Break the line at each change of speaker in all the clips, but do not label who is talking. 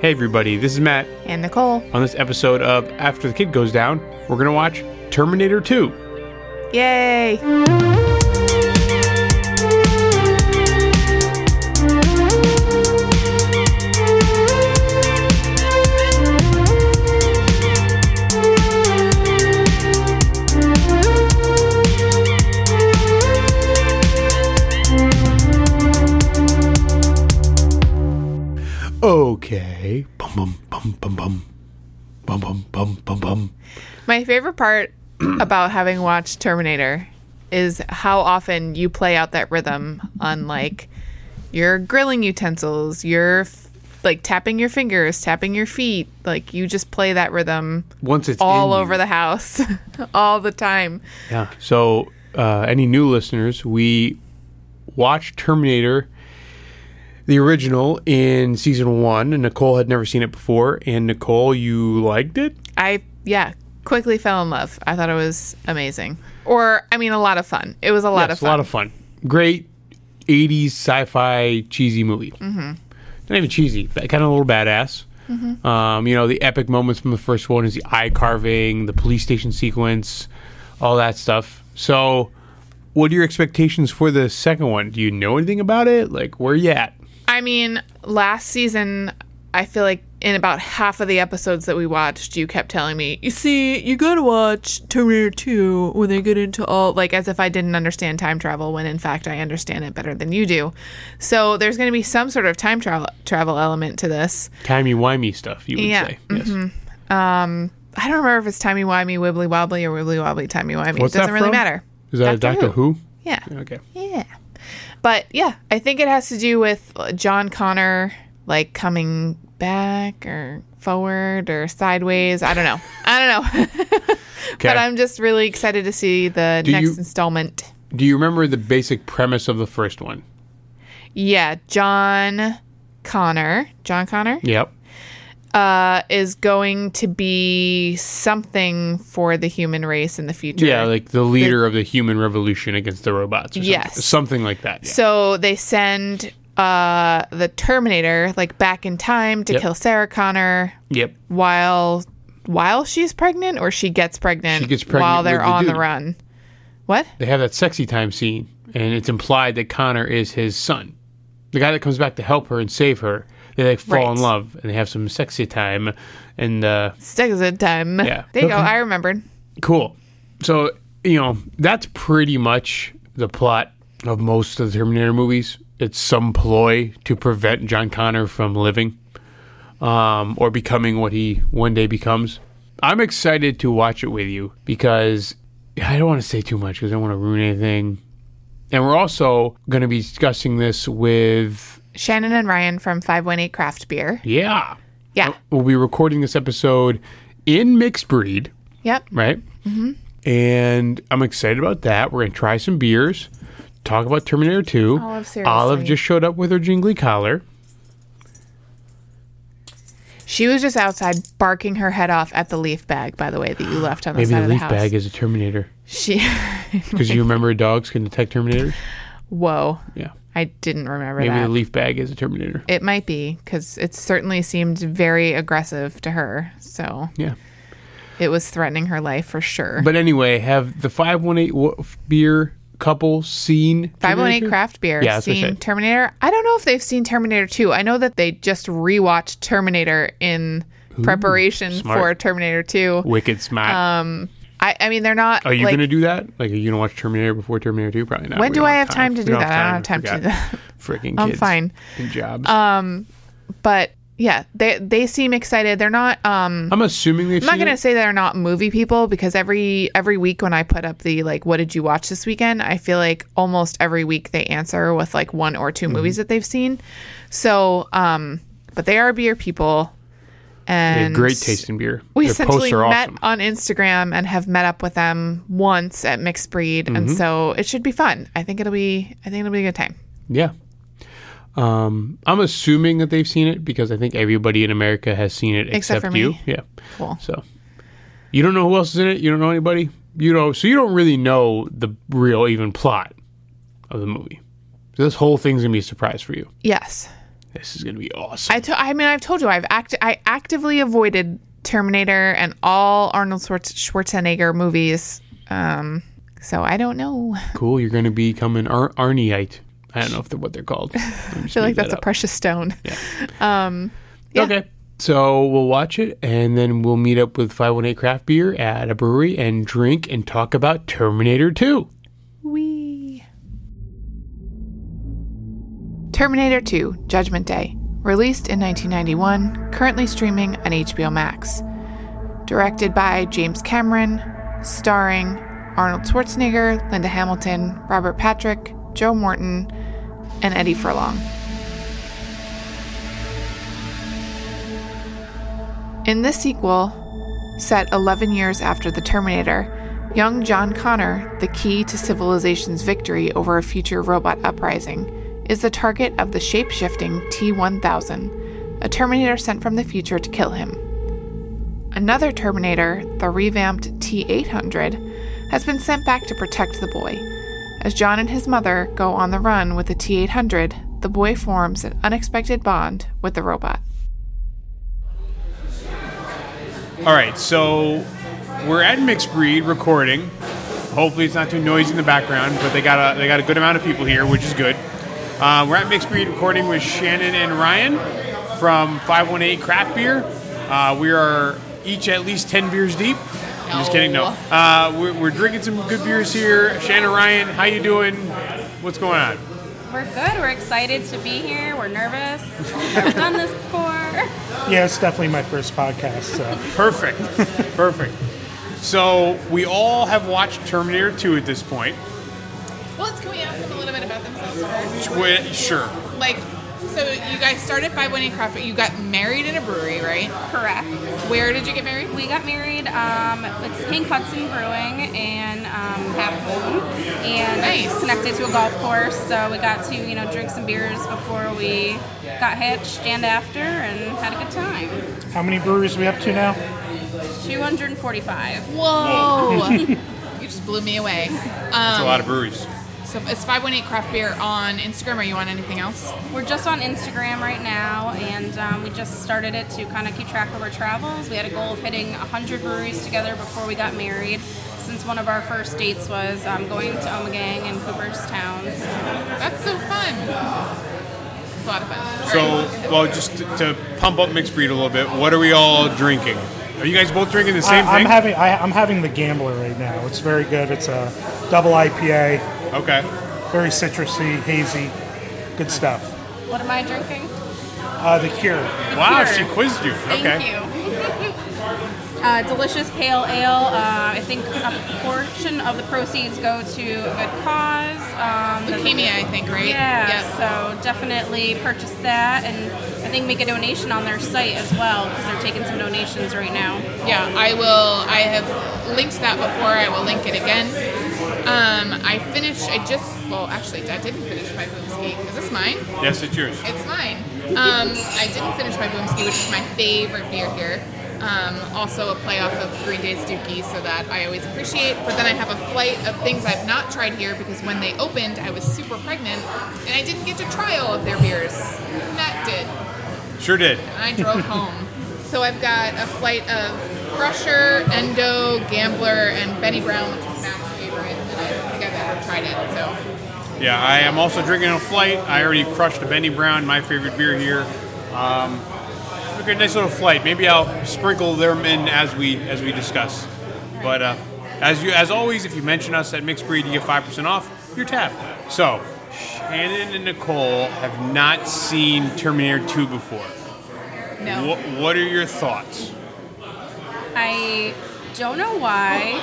Hey, everybody, this is Matt.
And Nicole.
On this episode of After the Kid Goes Down, we're going to watch Terminator 2.
Yay!
Okay. Bum bum bum bum bum. Bum bum bum bum bum.
My favorite part about having watched Terminator is how often you play out that rhythm on like your grilling utensils, your f- like tapping your fingers, tapping your feet. Like you just play that rhythm
Once it's
all
in you-
over the house, all the time.
Yeah. So, uh, any new listeners, we watched Terminator, the original, in season one, and Nicole had never seen it before. And Nicole, you liked it?
I yeah quickly fell in love. I thought it was amazing, or I mean, a lot of fun. It was a lot
Yeah,
of
it's
fun.
a lot of fun. Great 80s sci-fi cheesy movie. Mm-hmm. Not even cheesy, but kind of a little badass.
Mm-hmm.
Um, you know, the epic moments from the first one is the eye carving, the police station sequence, all that stuff. So, what are your expectations for the second one? Do you know anything about it? Like, where you at?
I mean, last season, I feel like in about half of the episodes that we watched, you kept telling me, you see, you gotta watch Terminator 2 when they get into all, like, as if I didn't understand time travel, when in fact I understand it better than you do. So there's gonna be some sort of time travel travel element to this.
Timey-wimey stuff, you would
Yeah, mm-hmm.
say. Yes.
I don't remember if it's timey wimey, wibbly wobbly, or wibbly wobbly, timey wimey. It
What's that
doesn't really
from?
matter.
Is that a
Doctor
Doctor Who?
Yeah.
Okay.
Yeah. But yeah, I think it has to do with uh, John Connor like coming back or forward or sideways. I don't know. I don't know.
Okay.
but I'm just really excited to see the
Do
next
you-
installment.
Do you remember the basic premise of the first one?
Yeah, John Connor, John Connor
Yep.
uh, is going to be something for the human race in the future.
Yeah, like the leader of the human revolution against the robots. Or something,
Yes.
something like that. yeah.
So they send uh, the Terminator like back in time to
Yep.
kill Sarah Connor
Yep.
while while she's pregnant or she gets pregnant,
She gets pregnant
while they're
with the
on the
dude.
run. What?
They have that sexy time scene, and it's implied that Connor is his son, the guy that comes back to help her and save her. They like fall
Right.
in love and they have some sexy time, and uh,
Stick is a time.
Yeah.
There you go.
Okay.
I remembered.
cool. So you know that's pretty much the plot of most of the Terminator movies. It's some ploy to prevent John Connor from living, um, or becoming what he one day becomes. I'm excited to watch it with you because I don't want to say too much because I don't want to ruin anything. And we're also going to be discussing this with,
Shannon and Ryan from 518 Craft Beer.
yeah.
Yeah.
We'll be recording this episode in Mixed Breed,
Yep.
right? Mm-hmm. And I'm excited about that. We're going to try some beers, talk about Terminator 2.
Olive, seriously.
Olive just showed up with her jingly collar.
She was just outside barking her head off at the leaf bag, by the way, that you left on the
Maybe
side
the
of
leaf
the house.
bag is a Terminator.
She
Because you remember dogs can detect Terminators?
Whoa.
Yeah.
I didn't remember
Maybe
that.
the leaf bag is a Terminator.
it might be because it certainly seemed very aggressive to her. So
Yeah.
it was threatening her life for sure.
But anyway, have the 518 wo- beer couple seen
518
Terminator?
oh Craft Beer
Yeah, that's what I
seen
said.
Terminator. I don't know if they've seen Terminator 2. I know that they just rewatched Terminator in preparation
smart.
for Terminator 2.
Wicked smart.
I, I mean, they're not.
Are you
Uh, like,
gonna do that? Like, are you gonna watch Terminator before Terminator Two? Probably not.
When
We
do
don't
I have time to
We
do
don't
that? I
have
don't have time to do that.
Forgot. Freaking kids.
I'm fine. Uh,
And jobs.
But yeah, they they seem excited. They're not. Um,
I'm assuming they've
I'm not
seen
gonna
it.
say they're not movie people because every every week when I put up the like, what did you watch this weekend? I feel like almost every week they answer with like one or
Mm-hmm.
2 movies that they've seen. So, um, but they are beer people.
They
And
have great taste in beer.
we
Their
essentially
posts are
met
awesome.
on Instagram and have met up with them once at Mixed Breed,
Mm-hmm.
and so it should be fun. I think it'll be I think it'll be a good time.
Yeah. Um, I'm assuming that they've seen it because I think everybody in America has seen it except,
Except for me.
you. Yeah.
Cool.
So you don't know who else is in it. You don't know anybody. You know, so you don't really know the real even plot of the movie. So this whole thing's gonna be a surprise for you.
Yes.
This is gonna be awesome.
I, to- I mean, I've told you, I've act- I actively avoided Terminator and all Arnold Schwarz- Schwarzenegger movies. Um, so I don't know. I
cool. You're gonna become an Ar- Arnieite. I don't know if they're what they're called. I
feel like that's a precious stone. yeah.
Okay. So we'll watch it, and then we'll meet up with 518 Craft Beer at a brewery and drink and talk about Terminator 2.
Wee. Terminator 2 Judgment Day, released in 1991, currently streaming on HBO Max. Directed by James Cameron, starring Arnold Schwarzenegger, Linda Hamilton, Robert Patrick, Joe Morton, and Eddie Furlong. In this sequel, set 11 years after The Terminator, young John Connor, the key to civilization's victory over a future robot uprising, is the target of the shape shifting T 1000, a Terminator sent from the future to kill him. Another Terminator, the revamped T 800, has been sent back to protect the boy. As John and his mother go on the run with the T 800, the boy forms an unexpected bond with the robot.
All right, so we're at Mixed Breed recording. Hopefully, it's not too noisy in the background, but they got a they got a good amount of people here, which is good. Uh, we're at Mixed Breed recording with Shannon and Ryan from 518 Craft Beer. Uh, we are each at least 10 beers deep. I'm just kidding. No,
No.
uh, we're, we're drinking some good beers here. Shannon, Ryan, how you doing? What's going on?
We're good. We're excited to be here. We're nervous. We've never done this before.
Yeah, it's definitely my first podcast. So.
Perfect. Perfect. So we all have watched Terminator 2 at this point.
Well, can we ask them a little bit about themselves first?
Twi- sure.
like so you guys started 518 craft Beer. you got married in a brewery right
Correct.
where did you get married
We got married. Um, it's Hank Hudson Brewing in um, Half Moon, and
Nice.
it's connected to a golf course. So we got to you know drink some beers before we got hitched and after, and had a good time.
How many breweries we up to now?
245.
whoa you just blew me away
It's a
um,
lot of breweries.
so it's 518 craft beer on instagram are you on anything else
We're just on Instagram right now, and um, we just started it to kind of keep track of our travels. We had a goal of hitting 100 breweries together before we got married, since one of our first dates was um, going to Omegang and Cooperstown. So
that's so fun it's a lot of fun
So, well, just to, to pump up mixed breed a little bit, what are we all drinking? Are you guys both drinking the same
I,
thing?
am having I, I'm having the Gambler right now. It's very good. It's a double IPA,
okay.
very citrusy, hazy, good stuff.
what am I drinking?
Uh, the Cure.
Wow,
Sure.
she quizzed you.
Thank
okay.
you. uh, delicious pale ale. Uh, I think a portion of the proceeds go to a good cause. Um, the-
leukemia i think right
Yeah,
Yep.
so definitely purchase that, and I think make a donation on their site as well because they're taking some donations right now.
yeah i will i have linked that before i will link it again um, i finished i just well actually i didn't finish my boomski is this mine
Yes, it's yours.
It's mine. Um, I didn't finish my Boomski, which is my favorite beer here. Um, also a playoff of Green Day's Dookie, so that I always appreciate. But then I have a flight of things I've not tried here because when they opened, I was super pregnant and I didn't get to try all of their beers. Matt did,
Sure did.
and I drove home. So I've got a flight of Crusher, Endo, Gambler, and Benny Brown, which is Matt's favorite, and I don't think I've ever tried it. So
Yeah, I am also drinking a flight. I already crushed a Benny Brown, my favorite beer here. Um, okay, nice little flight. Maybe I'll sprinkle them in as we as we discuss. But uh, as you as always, if you mention us at Mixed Breed, you get five percent off your tab. So Shannon and Nicole have not seen Terminator 2 before.
no.
What, what are your thoughts?
I don't know why.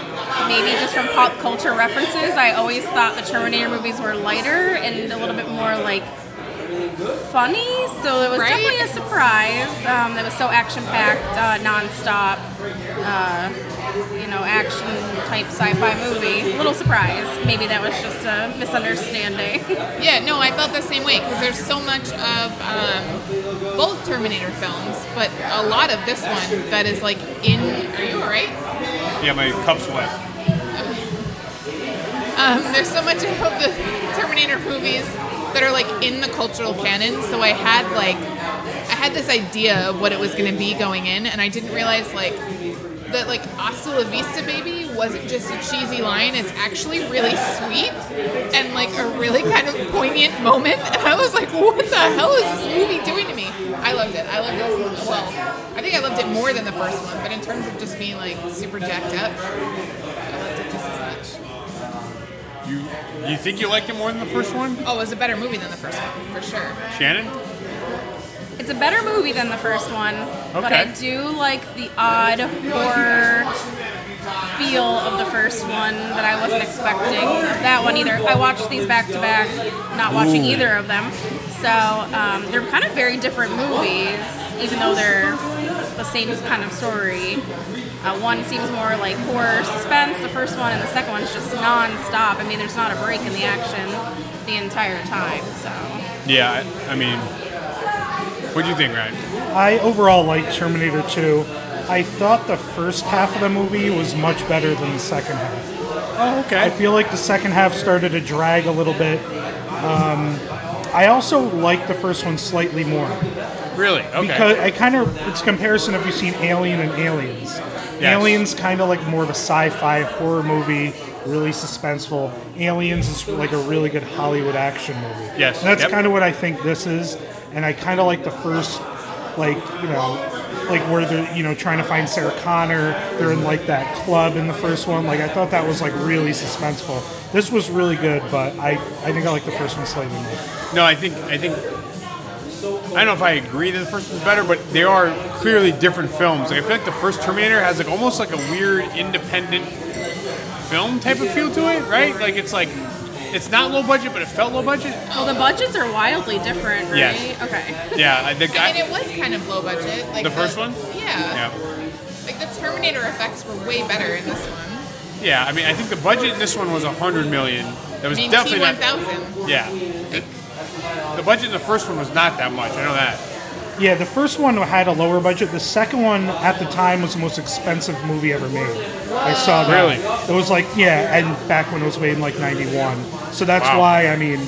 Maybe just from pop culture references, I always thought the Terminator movies were lighter and a little bit more like funny. So it was
Right?
definitely a surprise. Um, it was so action packed, uh, nonstop, uh, you know, action type sci-fi movie. Little surprise. Maybe that was just a misunderstanding.
Yeah, no, I felt the same way because there's so much of um, both Terminator films, but a lot of this one that is like in. Are you alright?
Yeah, my cup's wet.
Um, there's so much of the Terminator movies that are like in the cultural canon. So I had like I had this idea of what it was going to be going in, and I didn't realize like that like "Hasta la Vista, baby" wasn't just a cheesy line. It's actually really sweet and like a really kind of poignant moment. And I was like, "What the hell is this movie doing to me?" I loved it. I loved it. Well, I think I loved it more than the first one, but in terms of just being like super jacked up, I loved it just as much.
You you think you liked it more than the first one,
Oh, it was a better movie than the first one for sure.
Shannon?
It's a better movie than the first one, but
Okay.
I do like the odd horror feel of the first one that I wasn't expecting. That one either. I watched these back to back, not watching
Ooh.
either of them. So um, they're kind of very different movies, even though they're the same kind of story. Uh, one seems more like horror suspense, the first one, and the second one's just non-stop. I mean, there's not a break in the action the entire time. So.
Yeah, I, I mean, what do you think, Ryan?
I overall liked Terminator 2. I thought the first half of the movie was much better than the second half.
Oh,
I
okay.
feel like the second half started to drag a little bit. Um, I also liked the first one slightly more
really? Okay.
because I kind of it's a comparison if you've seen Alien and Aliens.
Yes.
Aliens kind of like more of a sci-fi horror movie, really suspenseful. Aliens is like a really good Hollywood action movie.
Yes,
and that's
yep.
kind of what I think this is, and I kind of like the first, like you know. Like where they're you know trying to find Sarah Connor, they're in like that club in the first one. Like I thought that was like really suspenseful. This was really good, but I I think I like the first one slightly more.
no, I think I think I don't know if I agree that the first one's better, but they are clearly different films. Like, I feel like the first Terminator has like almost like a weird independent film type of feel to it, right? Like it's like it's not low budget, but it felt low budget.
Well, the budgets are wildly different, right?
Yes.
Okay.
Yeah, I think
I mean,
I,
it was kind of low budget. Like
The first one?
Yeah.
yeah.
Like the Terminator effects were way better in this one.
Yeah, I mean, I think the budget in this one was a hundred million. That was
I mean,
definitely
T one
not.
thousand.
Yeah, the, the budget in the first one was not that much. I know that.
Yeah, the first one had a lower budget. The second one at the time was the most expensive movie ever made. I saw that.
Really?
It was like yeah, and back when it was made in like '91. So that's
Wow.
why I mean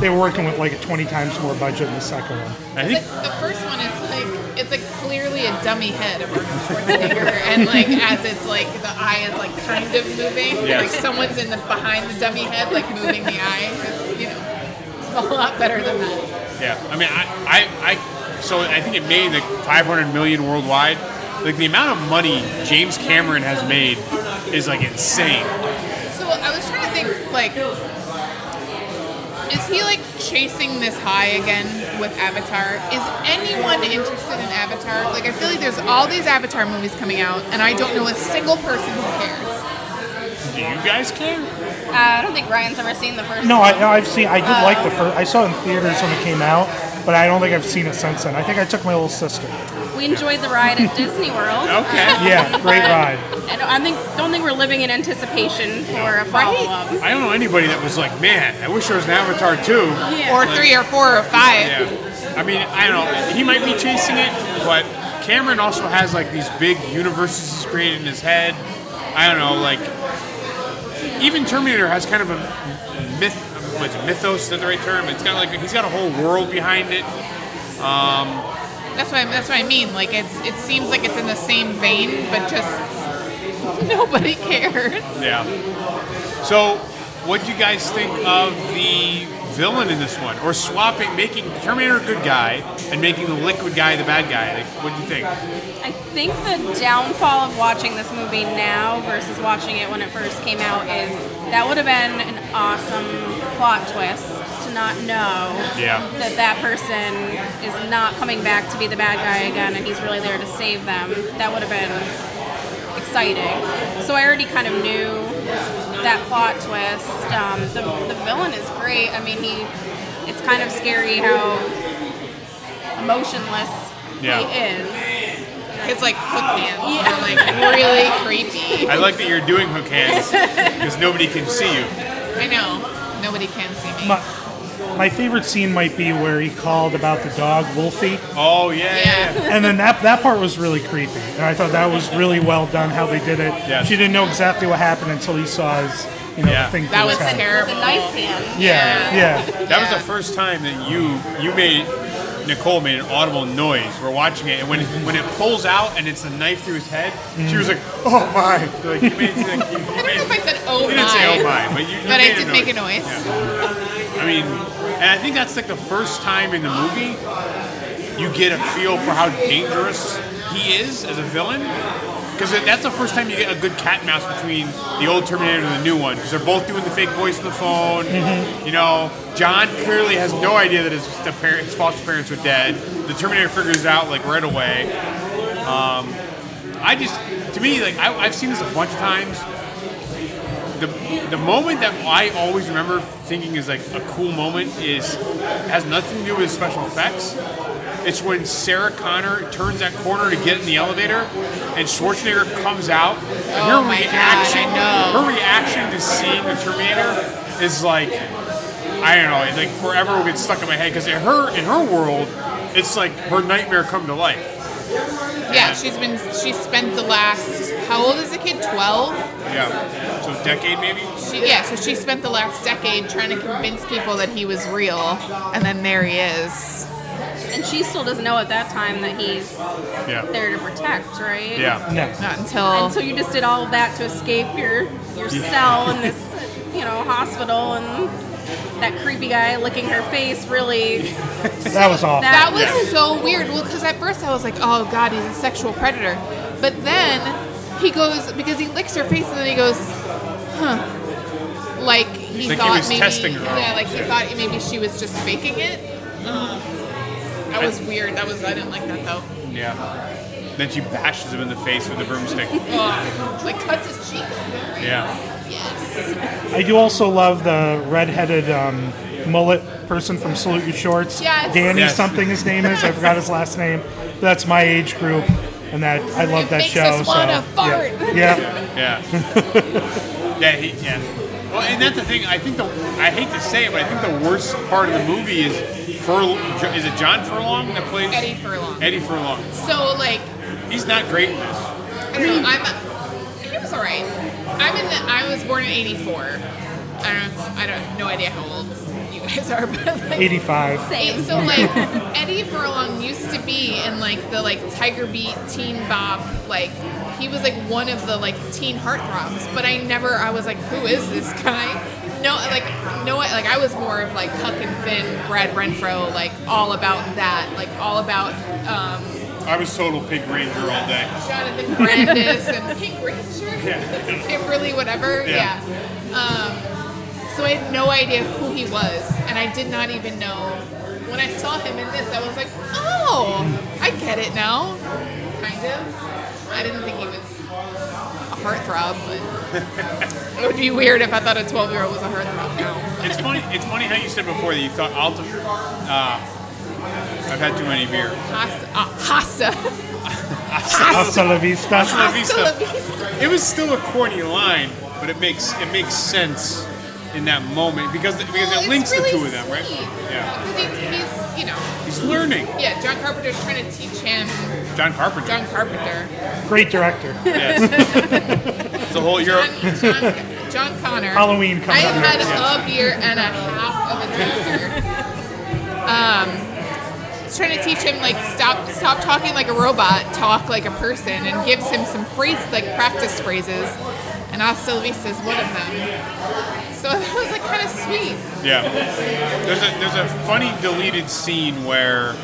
they were working with like a 20 times more budget than the second one.
I
The,
think
the first one, it's like it's like clearly a dummy head of Arnold Schwarzenegger, and like as it's like the eye is like kind of moving,
Yes.
like someone's in the behind the dummy head, like moving the eye. You know, it's a lot better than that.
Yeah, I mean, I, I, I so I think it made like 500 million worldwide. Like the amount of money James Cameron has made is like insane.
So I was trying to think, like, is he like chasing this high again with Avatar? Is anyone interested in Avatar? Like, I feel like there's all these Avatar movies coming out, and I don't know a single person who cares.
Do you guys care?
Uh, I don't think Ryan's ever seen the first.
No, I, no, I've seen. I did like the first. I saw it in theaters when it came out, but I don't think I've seen it since then. I think I took my little sister.
We enjoyed the ride at Disney World. Uh,
Okay.
Yeah, great ride.
I don't, I think don't think we're living in anticipation for a follow up.
I don't know anybody that was like, man, I wish there was an Avatar too.
Yeah.
or three or four or five.
Yeah. I mean, I don't know. He might be chasing it, but Cameron also has like these big universes he's created in his head. I don't know, like even Terminator has kind of a myth, what's it, mythos? Is that the right term? It's got like he's got a whole world behind it.
That's what I, that's what I mean. Like it's it seems like it's in the same vein, but just nobody cares.
Yeah. So, what do you guys think of the villain in this one, or swapping, making Terminator a good guy and making the Liquid guy the bad guy? Like, what do you think?
I think the downfall of watching this movie now versus watching it when it first came out is that would have been an awesome plot twist to not know
Yeah.
that that person is not coming back to be the bad guy again and he's really there to save them. That would have been exciting. So I already kind of knew that plot twist. Um, the, the villain is great. I mean, he. It's kind of scary how emotionless
Yeah.
he is.
It's like hook hands. Yeah. Like really creepy.
I like that you're doing hook hands because nobody can see you.
I know. Nobody can see me.
My, my favorite scene might be where he called about the dog Wolfie.
Oh yeah, yeah.
Yeah.
yeah.
and then that that part was really creepy, and I thought that was really well done how they did it.
Yes.
She didn't know exactly what happened until he saw his you know,
Yeah.
thing things
That was
happen.
terrible.
The knife hand.
Yeah, yeah.
That was
Yeah.
the first time that you you made Nicole made an audible noise. We're watching it, and when when it pulls out and it's a knife through his head, she was like, "Oh my!" Like you made, like, you, you
I
made-
don't know if I said, oh
you didn't say "Oh
my.
my," but you, you
But I
made
did make a noise.
Yeah. I mean, and I think that's like the first time in the movie you get a feel for how dangerous he is as a villain. Because that's the first time you get a good cat and mouse between the old Terminator and the new one. Because they're both doing the fake voice on the phone. You know, John clearly has no idea that his, the parent, his foster parents are dead. The Terminator figures it out like right away. Um, I just, to me, like I, I've seen this a bunch of times the, the moment that I always remember thinking is like a cool moment is has nothing to do with special effects. It's when Sarah Connor turns that corner to get in the elevator, and Schwarzenegger comes out. And
Oh
her
my God,
reaction,
I know.
her reaction to seeing the Terminator is like, I don't know, it, like forever will get stuck in my head because in her in her world, it's like her nightmare come to life.
Yeah, she's been, she spent the last, how old is the kid? 12?
Yeah, so a decade maybe.
She, yeah, so she spent the last decade trying to convince people that he was real, and then there he is.
And she still doesn't know at that time that he's
Yeah,
there to protect, right?
yeah.
No.
Not until.
And so you just did all of that to escape your your cell in this, you know, hospital, and that creepy guy licking her face really.
That was awful.
That-
that was so weird. Well, because at first I was like, oh god, he's a sexual predator. But then he goes, because he licks her face, and then he goes, huh. Like he
Like he
thought
was
maybe.
testing her.
yeah, like he thought maybe she was just faking it.
Uh-huh.
Uh, that was weird. That was, I didn't like that though.
Yeah. Then she bashes him in the face with a broomstick.
Ugh. like cuts his cheek. open.
Yeah.
Yes.
I do also love the redheaded um, mullet person from Salute Your Shorts.
Yes.
Danny
Yes.
something his name is. I forgot his last name. That's my age group, and that I love
It
that
makes
show.
us wanna
so
fart.
yeah. yeah.
Yeah. yeah, he, yeah. Well, and that's the thing. I think the I hate to say it, but I think the worst part of the movie is Furl. Is it John Furlong that plays
Eddie Furlong.
Eddie Furlong?
So like,
He's not great in this.
I mean, I'm. He was alright. I'm in the. I was born in '84. I don't. I don't. No idea how old you guys are, but like.
85.
Eight- So like, Eddie Furlong used to be in like the like Tiger Beat, Teen Bop, like. He was like one of the like teen heartthrobs, but I never. I was like, who is this guy? No, like no, like I was more of like Huck and Finn, Brad Renfro, like all about that, like all about um,
I was total pig ranger all day.
Jonathan Brandis and Pink Ranger, Kimberly, whatever.
Yeah.
Yeah. Um, so I had no idea who he was, and I did not even know. When I saw him in this, I was like, oh, I get it now. Kind of. I didn't think he was a heartthrob, but it would be weird if I thought a 12 year old was a heartthrob now.
It's funny. It's funny how you said before that you thought Alta. Uh, I've had too many beers.
Hasta. Uh, hasta.
Hasta la vista.
Hasta la
Hasta la vista.
It was still a corny line, but it makes it makes sense in that moment because because
Well,
it
it's
links
really
the two of them, right?
sweet.
Yeah.
'Cause he's, he's, you know.
He's learning.
Yeah, John Carpenter's trying to teach him
John Carpenter.
John Carpenter.
Great director.
Yes. the whole Europe.
John, John, John Connor.
Halloween
I
comes up
have had
next.
a beer and a half of a toaster. Um, he's trying to teach him like stop stop talking like a robot, talk like a person, and gives him some phrase like practice phrases. And hasta la vista is one of them. So that was like kind of sweet.
Yeah. There's a there's a funny deleted scene where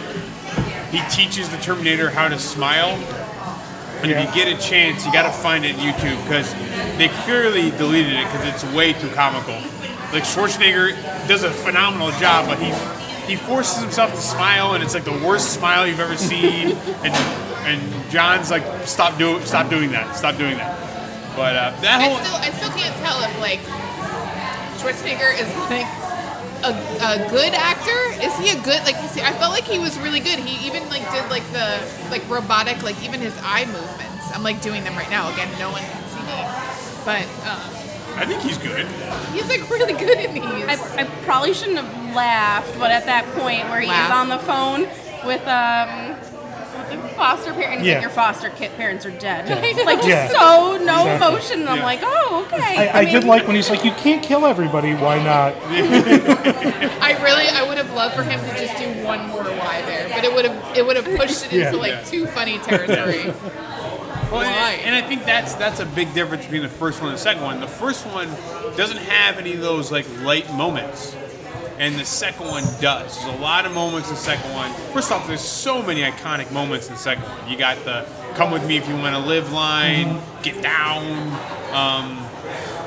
he teaches the Terminator how to smile. And
Yeah.
if you get a chance, you got to find it on YouTube because they clearly deleted it because it's way too comical. Like Schwarzenegger does a phenomenal job, but he he forces himself to smile, and it's like the worst smile you've ever seen. and and John's like, stop do stop doing that, stop doing that. But uh, that
I
whole
still, I still can't tell if like Schwarzenegger is like a, a good actor. Is he a good like? Is he, I felt like he was really good. He even like did like the like robotic like even his eye movements. I'm like doing them right now again. No one can see me, but um,
I think he's good.
he's like really good in these.
I, I probably shouldn't have laughed, but at that point where he's
Laugh.
on the phone with um, with the foster parent. He's
Yeah.
like, your foster kid parents are dead. like, just
Yeah.
so no
Exactly.
emotion. And I'm
Yeah.
like, oh, okay.
I, I did like when he's like, "You can't kill everybody. Why not?"
I really, I would have loved for him to just do one more Y there, but it would have, it would have pushed it into
Yeah.
like too funny territory.
Well,
Why?
and, and I think that's that's a big difference between the first one and the second one. The first one doesn't have any of those like light moments, and the second one does. There's a lot of moments in the second one. First off, there's so many iconic moments in the second one. You got the "Come with me if you want to live" line, "Get down," um,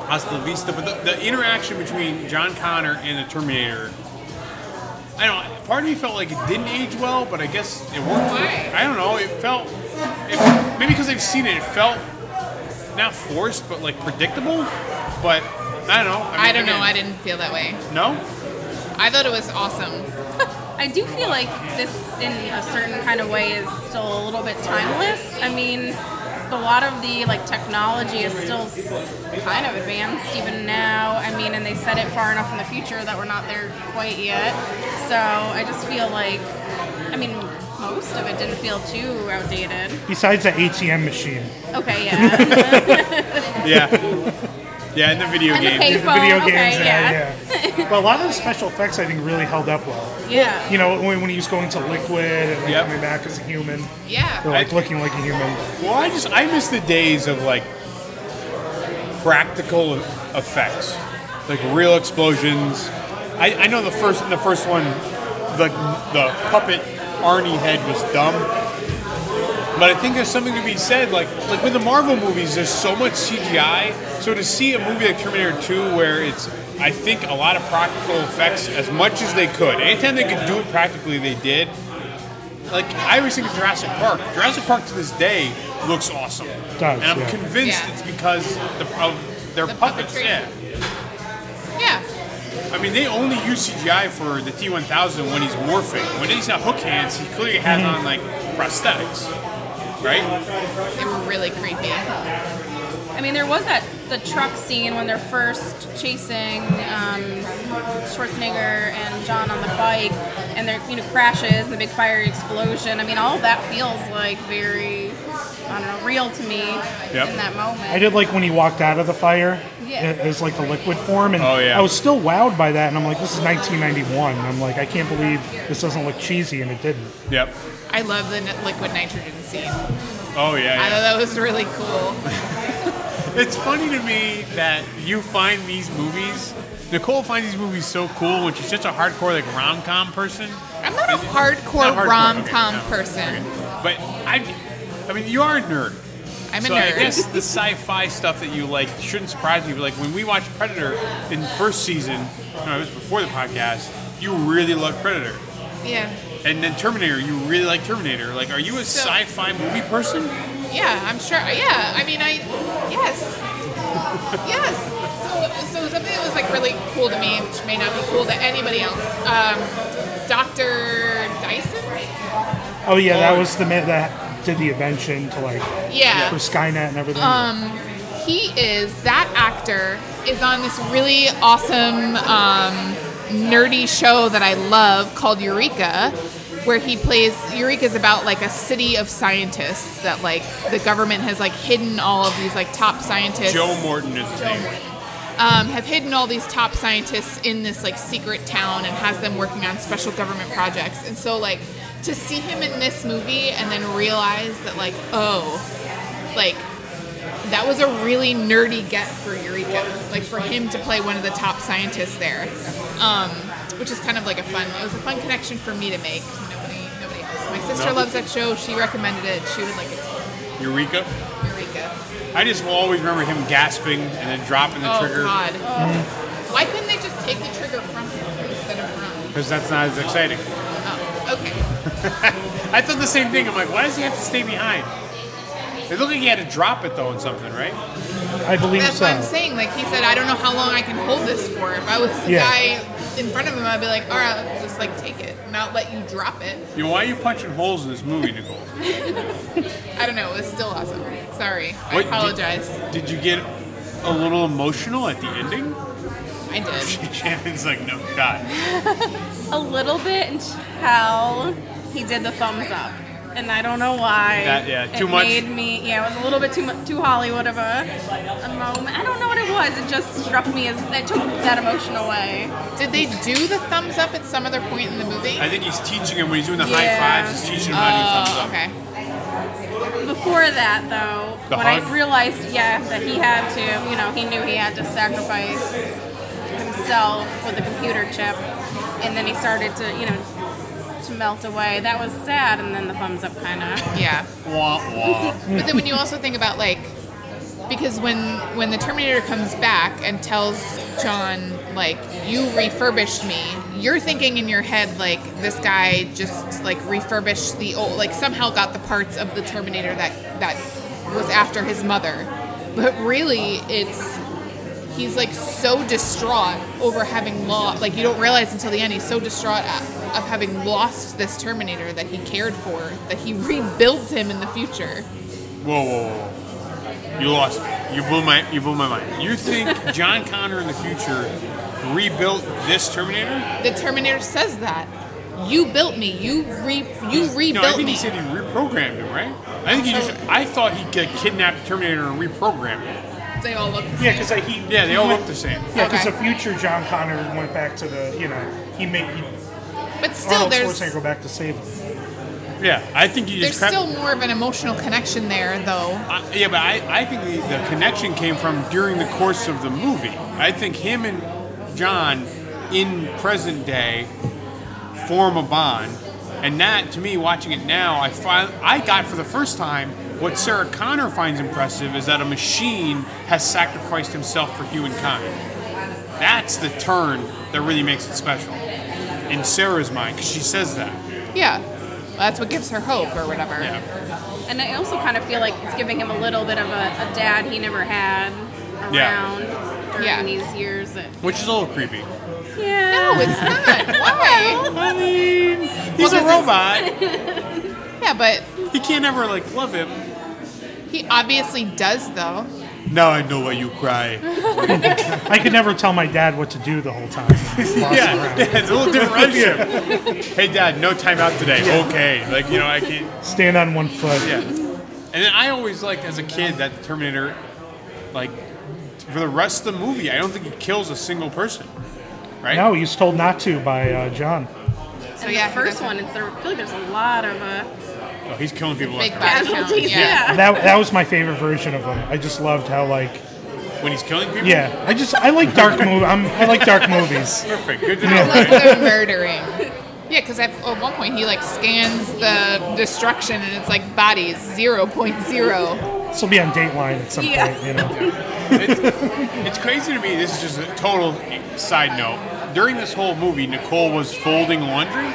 "Hasta la vista." But the, the interaction between John Connor and the Terminator. I don't. know, Part of me felt like it didn't age well, but I guess it worked.
Why?
I don't know. It felt it, maybe because I've seen it, it felt not forced, but like predictable. But I don't know.
I don't know. I didn't feel that way.
didn't. No.
I thought it was awesome.
I do feel like this, in a certain kind of way, is still a little bit timeless. I mean, a lot of the like technology is still s- kind of advanced even now. I mean, and they set it far enough in the future that we're not there quite yet. So I just feel like, I mean, most of it didn't feel too outdated.
Besides the ATM machine,
Okay, yeah.
Yeah. yeah, in the video
And the
game.
the
Phone,
video
okay,
games.
yeah.
yeah. yeah. but a lot of the special effects, I think, really held up well.
yeah.
You know, when, when he was going to liquid and like,
Yep.
coming back as a human, or
Yeah.
like
I-
looking like a human.
Well, I just I miss the days of like practical effects, like real explosions. I, I know the first the first one, the the puppet Arnie head was dumb, but I think there's something to be said. Like like with the Marvel movies, there's so much CGI. So to see a movie like Terminator 2, where it's I think a lot of practical effects as much as they could. Anytime they could do it practically, they did like I always think of Jurassic Park. Jurassic Park to this day looks awesome,
does,
and I'm
yeah.
convinced
Yeah.
it's because the, of their
The
puppets.
puppetry.
Yeah,
Yeah.
I mean they only use CGI for the T1000 when he's morphing. When he's got hook hands, he clearly has
Mm-hmm.
on like prosthetics, right?
They were really creepy.
I mean, there was that the truck scene when they're first chasing um, Schwarzenegger and John on the bike, and there you know crashes and the big fiery explosion. I mean, all of that feels like very I don't know real to me
Yep.
in that moment.
I did like when he walked out of the fire
Yeah.
a- as like the liquid form, and
Oh, yeah.
I was still wowed by that. And I'm like, this is 1991. And I'm like, I can't believe this doesn't look cheesy, and it didn't.
Yep.
I love the n- liquid nitrogen scene.
Oh
I
yeah,
thought that was really cool.
yeah. It's funny to me that you find these movies. Nicole finds these movies so cool when she's such a hardcore like rom com person.
I'm not a
Is it-
hardcore
Not hardcore,
rom com
okay, no,
person.
But I, I mean, you are a nerd.
I'm a
so
nerd.
I guess the sci-fi stuff that you like shouldn't surprise you. But like when we watched Predator in the first season, no, it was before the podcast. You really loved Predator,
Yeah.
and then Terminator. You really like Terminator. Like, are you a
So-
sci-fi movie person?
Yeah, I'm sure. Yeah, I mean, I yes, yes. So, so something that was like really cool to me, which may not be cool to anybody else. Um, Doctor Dyson.
Oh yeah, that was the man that did the invention to like for
Yeah,
Skynet and everything.
he is. That actor is on this really awesome um, nerdy show that I love called Eureka. Where he plays Eureka is about like a city of scientists that like the government has like hidden all of these like top scientists.
Joe Morton is his name.
um, have hidden all these top scientists in this like secret town and has them working on special government projects. And so like to see him in this movie and then realize that like oh, like that was a really nerdy get for Eureka. Like for him to play one of the top scientists there, um, which is kind of like a fun. It was a fun connection for me to make. Nobody, nobody else. My sister
No.
loves that show. She recommended it. She would like it.
Eureka.
Eureka.
I just will always remember him gasping and then dropping the
Oh
trigger
God! Why couldn't they just take the trigger from him instead of from?
because that's not as exciting.
Oh, okay.
I thought the same thing. I'm like, why does he have to stay behind? It looked like he had to drop it though on something, right?
I believe
That's
so.
what I'm saying. Like he said, I don't know how long I can hold this for. If I was the
Yeah.
guy in front of him, I'd be like, all right, I'll just like take it, not let you drop it.
You know, why are you punching holes in this movie, Nicole?
I don't know. It was still awesome. Sorry,
What,
I
did-
apologize.
Did you get a little emotional at the ending?
I did.
Shannon's like, no, God.
a little bit until he did the thumbs up. and I don't know why.
That- yeah, too
it
much.
Made me. Yeah, it was a little bit too mu- too Hollywood of a, a moment. I don't know what it was. It just struck me as it took that emotion away.
Did they do the thumbs up at some other point in the movie?
I think he's teaching him when he's doing the
Yeah.
high fives. He's teaching him how to do
Oh,
thumbs up.
okay.
Before that, though,
The
when
hug?
I realized, yeah, that he had to, you know, he knew he had to sacrifice himself with the computer chip, and then he started to, you know, to melt away. That was sad, and then the thumbs up kind of.
Yeah.
Wah, wah.
But then when you also think about like because when when the Terminator comes back and tells John like you refurbished me, you're thinking in your head like this guy just like refurbished the old like somehow got the parts of the Terminator that that was after his mother. But really it's he's like so distraught over having lost like you don't realize until the end he's so distraught at, of having lost this terminator that he cared for that he rebuilds him in the future
Whoa, whoa, whoa, whoa. You lost me. You blew my you blew my mind. You think John Connor in the future rebuilt this Terminator?
the terminator says that you built me you re you
no, I
rebuilt
think
me
he said he reprogrammed him, right? I think he just
Also-
I thought he get kidnapped Terminator and reprogrammed him.
they all look the
Yeah,
same.
because like, he
Yeah, they
he
all
went-
look the same.
Yeah, because
Okay.
the future John Connor went back to the you know he made he,
but still
Arnold
there's
Schwarzenegger go back to save him.
Yeah, I think he
there's
just crept-
still more of an emotional connection there though
I, yeah, but I, I think the, the connection came from during the course of the movie. I think him and John in present day form a bond. And that, to me, watching it now, I find I got for the first time what Sarah Connor finds impressive is that a machine has sacrificed himself for humankind. That's the turn that really makes it special in Sarah's mind because she says that.
yeah well, that's what gives her hope or whatever
Yeah,
And I also kind of feel like it's giving him a little bit of a, a dad he never had
Yeah.
around during
Yeah.
these years. That,
which is a little creepy.
yeah.
no it's not why
I mean, he's
Well, 'cause
a
it's-
robot.
yeah but
He can't ever like love him.
he obviously does though
Now I know why you cry.
I could never tell my dad what to do the whole time.
Yeah, yeah, it's a little different relationship. hey, Dad, no time out today. Okay, like you know, I can't.
Stand on one foot.
Yeah. And then I always liked as a kid that the Terminator, like, for the rest of the movie, I don't think he kills a single person. Right?
No, he was told not to by uh, John.
So
yeah,
the
he
first
doesn't-
one, it's, there- I feel like there's a lot of uh,
Oh, he's killing people
big
left and
body count
casualties.
yeah
Yeah.
That that was my favorite version of him. I just loved how like
right. when he's killing people.
yeah. I just I like dark movie. I'm, I like dark movies.
Perfect. Good to know.
I like
Right?
the murdering. Yeah, because at at one point he like scans the destruction and it's like bodies 0.0.
This will be on Dateline at some
Yeah.
point. You know.
It's crazy to me. This is just a total side note. During this whole movie, Nicole was folding laundry.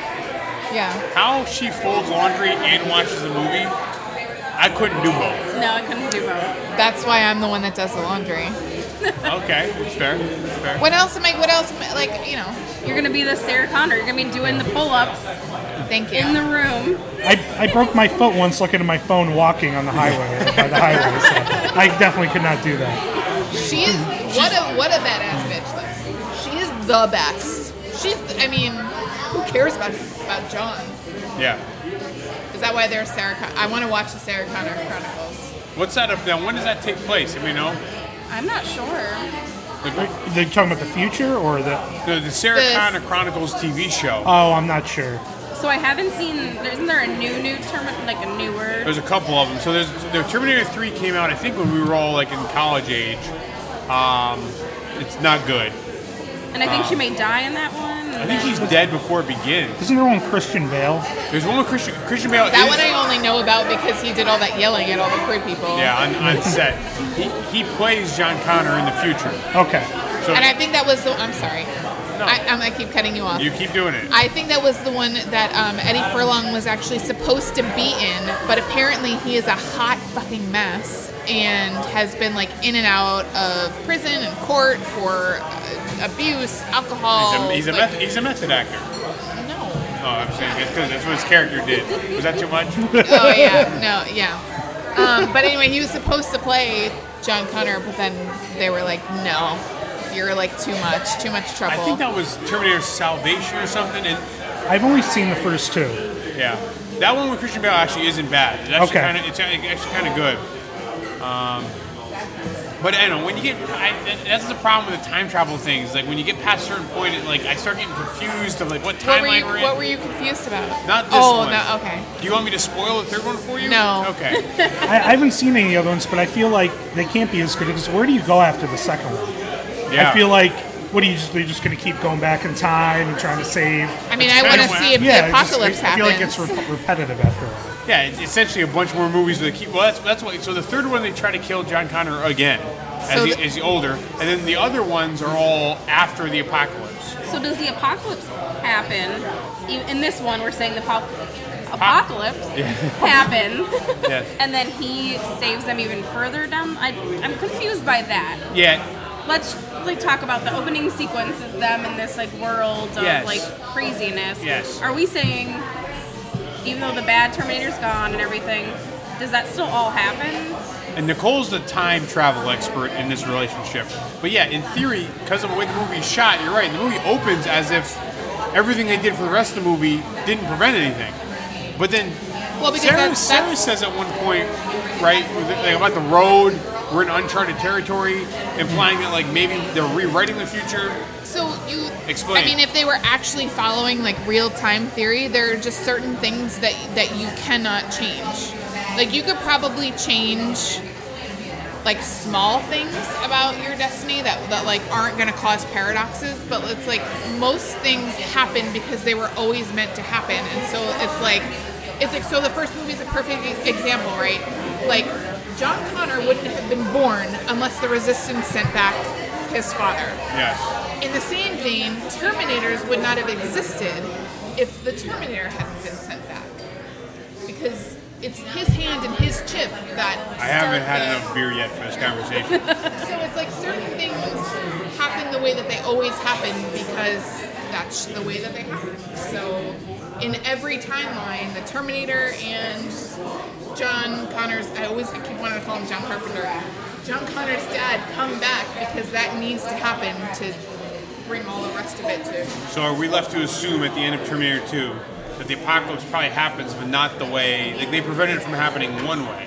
Yeah.
How she folds laundry and watches the movie, I couldn't do both.
No, I couldn't do both.
That's why I'm the one that does the laundry.
Okay, it's fair. It's fair.
What else am I, what else am I, like, you know,
You're gonna be the Sarah Connor. You're gonna be doing the pull-ups
thank you.
in the room.
I, I broke my foot once looking at my phone walking on the highway by the highway. So I definitely could not do that.
she is, what a, what a badass bitch though. She is the best. She's, I mean, who cares about, about John?
Yeah.
Is that why there's Sarah Con- I want to watch the Sarah Connor Chronicles.
What's that up there? When does that take place? If we know,
I'm not sure.
the,
They're talking about the future or the
the, the Sarah
This-
Connor Chronicles TV show.
oh I'm not sure.
So I haven't seen. Isn't there a new new term like a newer?
There's a couple of them. So there's the Terminator 3 came out. I think when we were all like in college age. Um, it's not good.
And I think she may die in that one.
I
and
think
then-
she's dead before it begins.
Isn't there one with Christian Bale?
There's one with Christian Christian Bale.
That
is-
one I only know about because he did all that yelling at all the queer people.
yeah, on, on set. He, he plays John Connor in the future.
Okay.
So
And I think that was the. I'm sorry. I, I'm, I keep cutting you off.
you keep doing it.
I think that was the one that um, Eddie Furlong was actually supposed to be in, but apparently he is a hot fucking mess and has been like in and out of prison and court for uh, abuse, alcohol.
He's a, he's a,
like-
meth- he's a method actor.
No.
Oh, I'm saying that's because that's what his character did. Was that too much?
Oh yeah. No. Yeah. Um, but anyway, he was supposed to play John Connor, but then they were like, "No, you're like too much, too much trouble."
I think that was Terminator Salvation or something. And
I've only seen the first two.
yeah, That one with Christian Bale actually isn't bad. It's actually
Okay.
kind of it's actually kind of good. Um, but I don't know when you get I, that- that's the problem with the time travel things. Like when you get past a certain point, it, like I start getting confused of like what
What were,
timeline
you,
are in.
what were you confused about?
Not this
Oh,
one.
no, okay.
Do you want me to spoil the third one for you?
No.
Okay.
I, I haven't seen any other ones, but I feel like they can't be as good because where do you go after the second one?
Yeah.
I feel like what are you just? They're just going to keep going back in time and trying to save.
I mean, I
kinda
want to
wha-
see if
Yeah,
the
it just-
apocalypse
I, I feel
happens.
like it's re- repetitive after a while.
Yeah, it's essentially a bunch more movies that keep. Well, that's that's why. So the third one they try to kill John Connor again as,
So
he,
the-
as he older, and then the other ones are all after the apocalypse.
So does the apocalypse happen? e- In this one, we're saying the pop-
Ah.
apocalypse happens,
Yes.
and then he saves them even further down. I, I'm confused by that.
Yeah,
Let's like talk about the opening sequence is them in this like world of
Yes.
like craziness.
Yes.
Are we saying, even though the bad Terminator's gone and everything, does that still all happen?
and Nicole's the time travel expert in this relationship. But yeah, in theory, because of the way the movie is shot, you're right. The movie opens as if everything they did for the rest of the movie didn't prevent anything. But then
Well, because
Sarah,
that's-
Sarah
that's-
says at one point, right, with the- like about the road, we're in uncharted territory, implying that like maybe they're rewriting the future.
So you
Explain.
I mean, if they were actually following like real time theory, there are just certain things that that you cannot change. Like you could probably change like small things about your destiny that, that like aren't going to cause paradoxes but it's like most things happen because they were always meant to happen and so it's like it's like so the first movie is a perfect e- example right like john connor wouldn't have been born unless the resistance sent back his father
Yes.
in the same vein, Terminators would not have existed if the Terminator hadn't been sent back. Because it's his hand and his chip that.
I haven't had
start
enough beer yet for this conversation.
the- So it's like certain things happen the way that they always happen because that's the way that they happen. So in every timeline, the Terminator and John Connor's, I always I keep wanting to call him John Carpenter. John Connor's dad come back because that needs to happen to bring all the rest of it to
so are we left to assume at the end of Terminator 2 that the apocalypse probably happens, but not the way, like they prevented it from happening one way,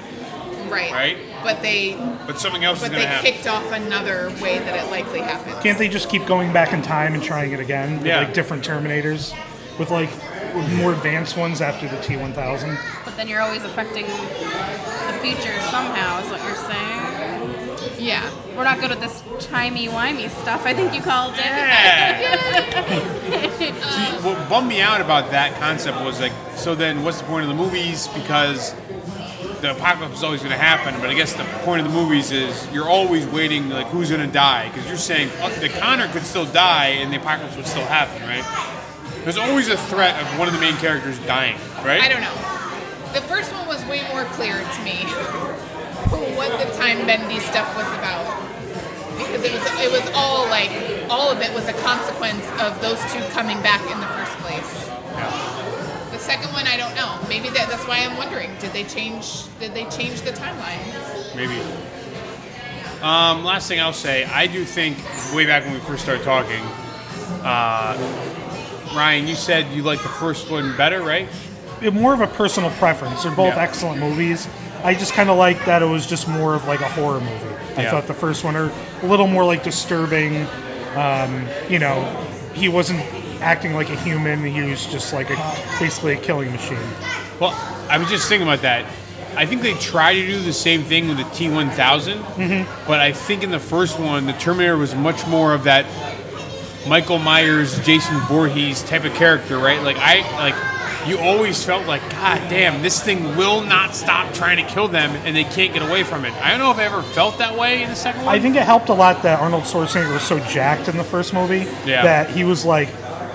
Right.
Right?
But they
but something else is
but
going
they
to happen.
kicked off another way that it likely happened.
Can't they just keep going back in time and trying it again with
Yeah.
like different Terminators, with like with more advanced ones after the T one thousand?
But then you're always affecting the future somehow, is what you're saying.
Yeah.
We're not good at this timey-wimey stuff, I think you called it.
Yeah. See, what bummed me out about that concept was like, so then what's the point of the movies? Because the apocalypse is always going to happen, but I guess the point of the movies is you're always waiting, like, who's going to die? Because you're saying oh, the Connor could still die and the apocalypse would still happen, right? There's always a threat of one of the main characters dying, right?
I don't know. The first one was way more clear to me what the time bendy stuff was about. Because it was it was all like all of it was a consequence of those two coming back in the first place. The second one I don't know. Maybe that, that's why I'm wondering. Did they change did they change the timeline?
Maybe. Um, last thing I'll say, I do think way back when we first started talking, uh, Ryan, you said you liked the first one better, right?
More of a personal preference. They're both
Yeah.
excellent movies. I just kind of like that it was just more of like a horror movie. I
Yeah.
thought the first one are a little more like disturbing. Um, you know, he wasn't acting like a human. He was just like a, basically a killing machine.
Well, I was just thinking about that. I think they try to do the same thing with the T1000,
Mm-hmm.
but I think in the first one, the Terminator was much more of that Michael Myers, Jason Voorhees type of character, right? Like I like you always felt like, God damn, this thing will not stop trying to kill them, and they can't get away from it. I don't know if I ever felt that way in the second one.
I think it helped a lot that Arnold Schwarzenegger was so jacked in the first movie
Yeah.
that he was like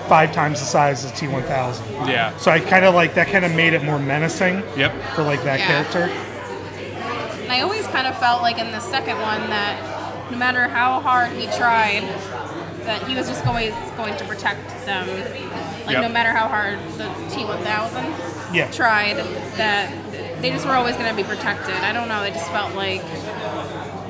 five times the size of T one thousand.
Yeah.
So I kind of like that. Kind of made it more menacing.
Yep.
For like that
Yeah.
character.
And I always kind of felt like in the second one that no matter how hard he tried, that he was just always going to protect them. Like
Yep.
no matter how hard the T1000
Yeah.
tried, that they just were always going to be protected. I don't know. I just felt like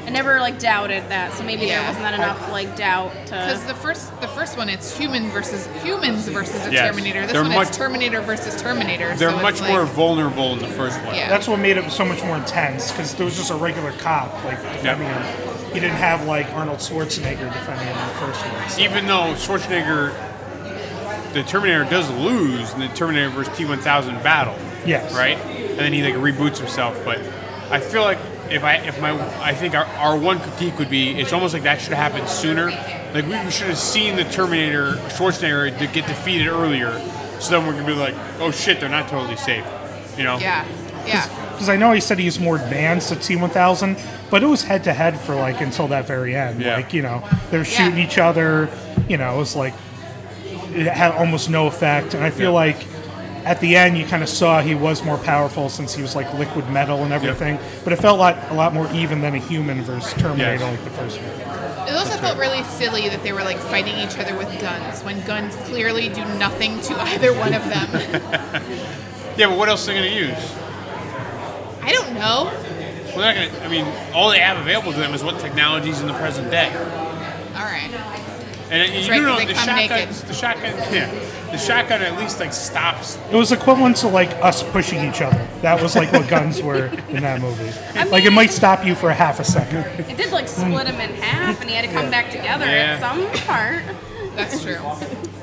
I never like doubted that, so maybe
Yeah.
there wasn't that enough like doubt
Because
to.
the first, the first one, it's human versus humans versus a
Yes.
Terminator. This
They're
one,
much-
it's Terminator versus Terminator.
They're
so
much
it's
more
like,
vulnerable in the first one.
Yeah.
That's what made it so much more intense because there was just a regular cop like defending
Yeah.
him. He didn't have like Arnold Schwarzenegger defending him in the first one. so-
Even though Schwarzenegger, the Terminator does lose in the Terminator versus T1000 battle.
Yes.
Right, and then he like reboots himself. But I feel like if I if my I think our, our one critique would be it's almost like that should have happened sooner. Like we, we should have seen the Terminator Schwarzenegger to get defeated earlier, so then we're gonna be like, oh shit, they're not totally safe. You know.
Yeah, yeah.
Because I know he said he's more advanced at T1000, but it was head to head for like until that very end.
Yeah.
Like, you know, they're shooting each other. You know, it was like, it had almost no effect. And I feel
Yeah.
like at the end, you kind of saw he was more powerful since he was like liquid metal and everything. But it felt like a lot more even than a human versus Terminator,
Yes.
like the first one.
It also felt really silly that they were like fighting each other with guns when guns clearly do nothing to either one of them.
Yeah, but what else are they gonna use?
I don't know.
Well, they're not gonna. I mean, all they have available to them is what technologies in the present day.
All right.
And you
right,
know
'cause they
the
come
shotgun,
naked.
the shotgun, yeah, the shotgun at least like stops.
It was equivalent to like us pushing each other. That was like what guns were in that movie. like, it
mean-
might stop you for a half a second.
It did like split him in half, and he had to come back together
Yeah.
at some part.
That's true.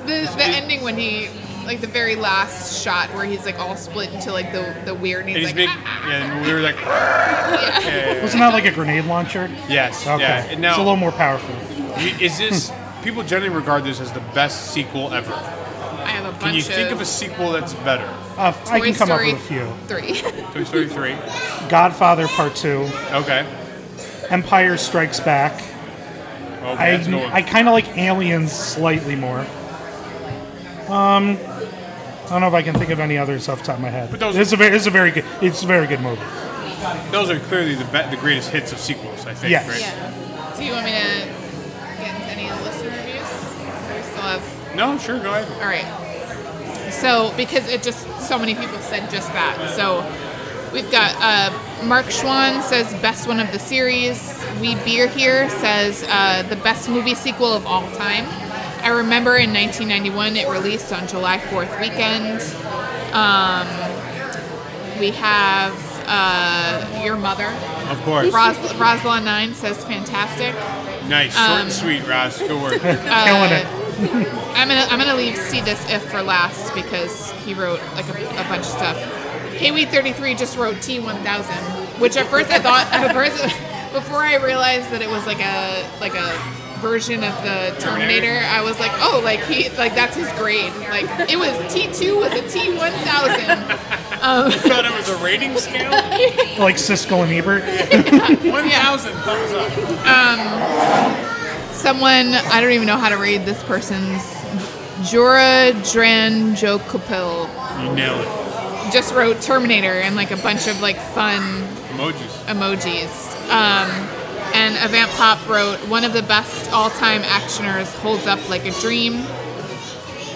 The the ending when he like the very last shot where he's like all split into like the the weird and he's,
And he's
like
big,
"Ah,
yeah. And we were like,
ah, yeah.
Wasn't that like a grenade launcher?
yes,
Okay.
yeah. And now,
it's a little Hmm. more powerful.
y- is this? People generally regard this as the best sequel ever. Can
I have a bunch
you
of
think of a sequel that's better?
Uh, I
Toy
can come
Story
up with a few.
Three.
Toy Story Three.
Godfather Part Two,
Okay.
Empire Strikes Back.
Oh,
I
that's going.
I kind of like Aliens slightly more. Um, I don't know if I can think of any others off the top of my head.
But those-
it's a very, it's a very good, it's a very good movie.
Those are clearly the be- the greatest hits of sequels. I think.
Yes.
Right?
Do you want me to get into any listener reviews? We still have.
No, sure. Go ahead.
All right. So, because it just, so many people said just that. So, we've got uh, Mark Schwann says, best one of the series. We Beer Here says, uh, the best movie sequel of all time. I remember in 1991, it released on July 4th weekend. Um, we have uh, Your Mother.
Of course.
Ros- Rosalind 9 says, fantastic.
nice. Short
um,
and sweet, Ross. Good work.
Killing it.
I'm gonna I'm gonna leave see this if for last because he wrote like a, a bunch of stuff. Hayweed 33 just wrote T1000, which at first I thought at first before I realized that it was like a like a version of the Terminator, I was like, oh, like he like that's his grade. Like it was T2 was a T1000.
I thought it was a rating scale.
Like Siskel and Ebert.
One thousand thumbs up.
Someone I don't even know how to read this person's Jura Dranjokopil
You nailed it.
just wrote Terminator and like a bunch of like fun
Emojis.
emojis. Um, and Avant Pop wrote, one of the best all time actioners holds up like a dream.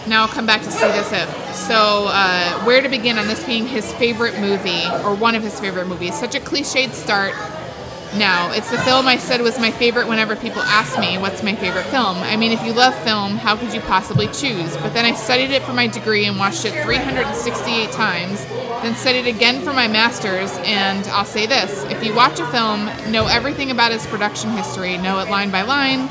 Now I'll come back to see this if. So, uh, where to begin on this being his favorite movie, or one of his favorite movies? Such a cliched start. Now, it's the film I said was my favorite whenever people ask me, what's my favorite film? I mean, if you love film, how could you possibly choose? But then I studied it for my degree and watched it 368 times, then studied again for my master's, and I'll say this if you watch a film, know everything about its production history, know it line by line,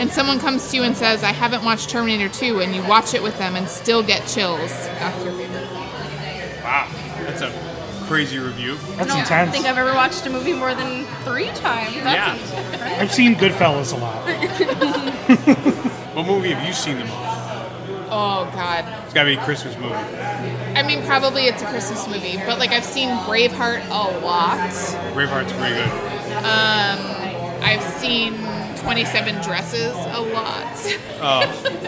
and someone comes to you and says, I haven't watched Terminator 2, and you watch it with them and still get chills. That's your favorite.
Wow, that's a crazy review.
That's
I don't
intense.
think I've ever watched a movie more than three times.
Yeah.
That's intense.
I've seen Goodfellas a lot.
What movie have you seen the most?
Oh, God.
It's got to be a Christmas movie.
I mean, probably it's a Christmas movie, but like I've seen Braveheart a lot.
Braveheart's pretty good.
I've seen 27 Dresses a lot.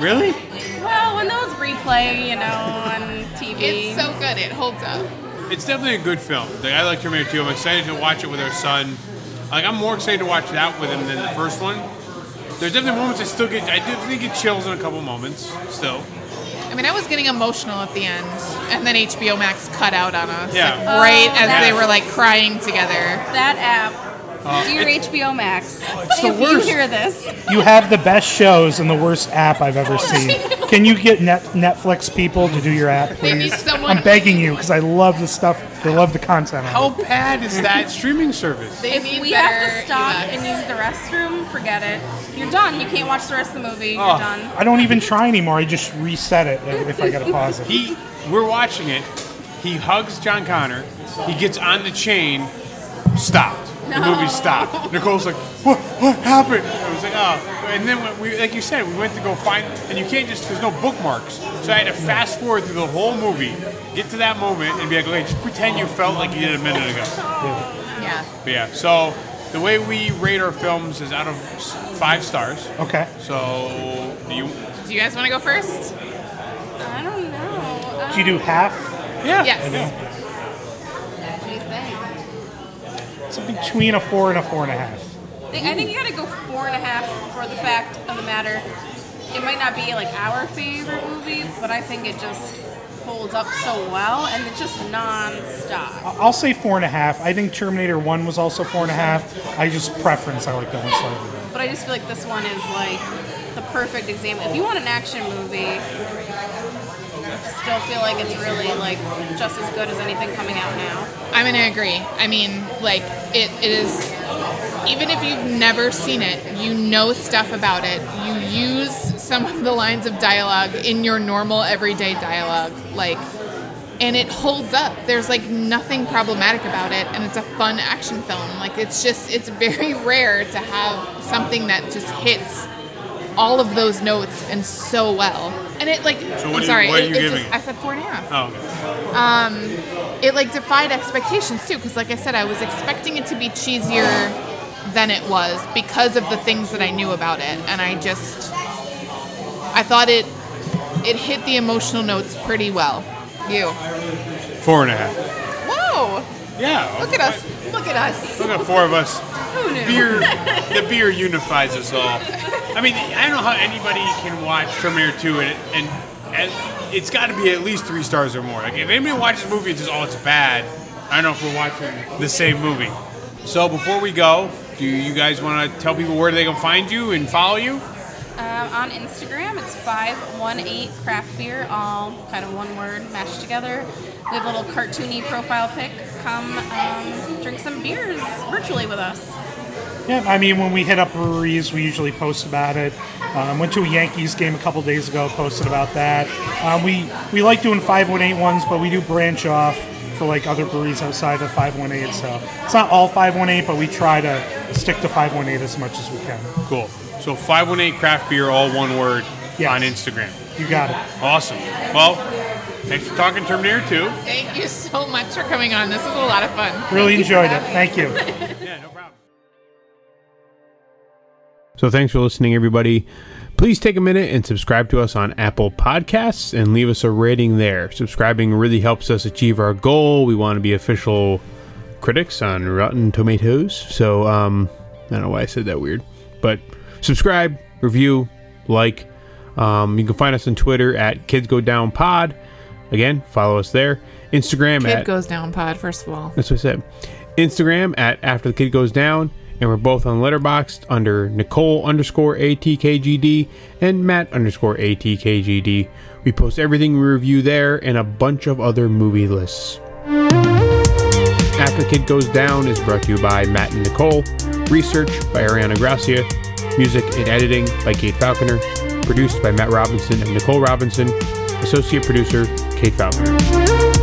Really?
Well, when those replay, you know, on TV.
It's so good, it holds up.
It's definitely a good film. Like, I like Terminator 2. I'm excited to watch it with our son. Like I'm more excited to watch that with him than the first one. There's definitely moments I still get. I definitely get chills in a couple moments still.
I mean, I was getting emotional at the end, and then HBO Max cut out on us.
Yeah.
Like, right
Oh,
as they
that's-
were like crying together.
that app
Oh.
Dear HBO Max,
it's the
if you
worst.
hear this,
You have the best shows and the worst app I've ever seen. Can you get Net- Netflix people to do your app,
They need
please?
someone-
I'm begging you because I love the stuff. They love the content. On
How
it.
bad is that streaming service?
They
if
need
we have
better
to stop
UX.
and use the restroom, forget it. You're done. You can't watch the rest of the movie. You're
Oh.
done.
I don't even try anymore. I just reset it if I gotta pause it.
He, we're watching it. He hugs John Connor. He gets on the chain. Stopped. The movie stopped. Nicole's like, "What? What happened?" I was like, "Oh." And then when we, like you said, we went to go find, and you can't just there's no bookmarks, so I had to fast forward through the whole movie, get to that moment, and be like, "Okay, just pretend you felt like you did a minute ago."
Yeah.
But yeah. So the way we rate our films is out of s- five stars.
Okay.
So do you?
Do you guys want to go first?
I don't know. Um,
Do you do half?
Yeah.
Yes.
What do you think?
It's between a four and a four and a half.
I think- I think you gotta go four and a half for the fact of the matter. It might not be like our favorite movie, but I think it just holds up so well and it's just non-stop.
I'll say four and a half. I think Terminator One was also four and a half. I just preference. I like that one slightly. better.
But I just feel like this one is like the perfect example. If you want an action movie, I still feel like it's really like just as good as anything coming out now.
I'm gonna agree. I mean, like it, it is. Even if you've never seen it, you know stuff about it. You use some of the lines of dialogue in your normal everyday dialogue, like, and it holds up. There's like nothing problematic about it, and it's a fun action film. Like it's just, it's very rare to have something that just hits all of those notes and so well. And it like,
So what
I'm
do you-
sorry,
what are
it-
you
it
giving
just-
it?
I said four and a half Um,
Oh. okay.
it like defied expectations too because like i said i was expecting it to be cheesier than it was because of the things that i knew about it and i just i thought it it hit the emotional notes pretty well you
Four and a half.
whoa
Yeah.
look at us look at us
Look at the four of us.
Who knew?
Beer, the beer unifies us all. I mean, I don't know how anybody can watch Terminator 2 and, and, and it's got to be at least three stars or more. Like, if anybody watches the movie and says, oh, it's bad, I don't know if we're watching the same movie. So, before we go, do you guys want to tell people where they can find you and follow you?
Um, on Instagram, it's 518 craft beer, all kind of one word mashed together. We have a little cartoony profile pic. Come um, drink some beers virtually with us.
Yeah, I mean, when we hit up breweries, we usually post about it. Um, went to a Yankees game a couple days ago, posted about that. Um, we we like doing 518 ones, but we do branch off for like other breweries outside of 518. So it's not all 518, but we try to stick to 518 as much as we can.
Cool. So, 518 Craft Beer, all one word,
Yes.
on Instagram.
You got it.
Awesome. Well, thanks for talking Terminator 2.
thank you so much for coming on this is a lot of fun
Really enjoyed it. Thank you.
Yeah, no problem.
So thanks for listening, everybody. Please take a minute and subscribe to us on Apple Podcasts and leave us a rating there. Subscribing really helps us achieve our goal. We want to be official critics on Rotten Tomatoes. So um, I don't know why I said that weird, but subscribe, review, like. Um, you can find us on Twitter at Kids Go Down Pod. Again, follow us there. Instagram
kid
at
goes down pod first of all
that's what I said. Instagram at After the Kid Goes Down, and we're both on Letterboxd under Nicole underscore ATKGD and Matt underscore ATKGD. We post everything we review there and a bunch of other movie lists. After the Kid Goes Down is brought to you by Matt and Nicole, research by Ariana Gracia, music and editing by Kate Falconer, produced by Matt Robinson and Nicole Robinson, associate producer Kate Falconer.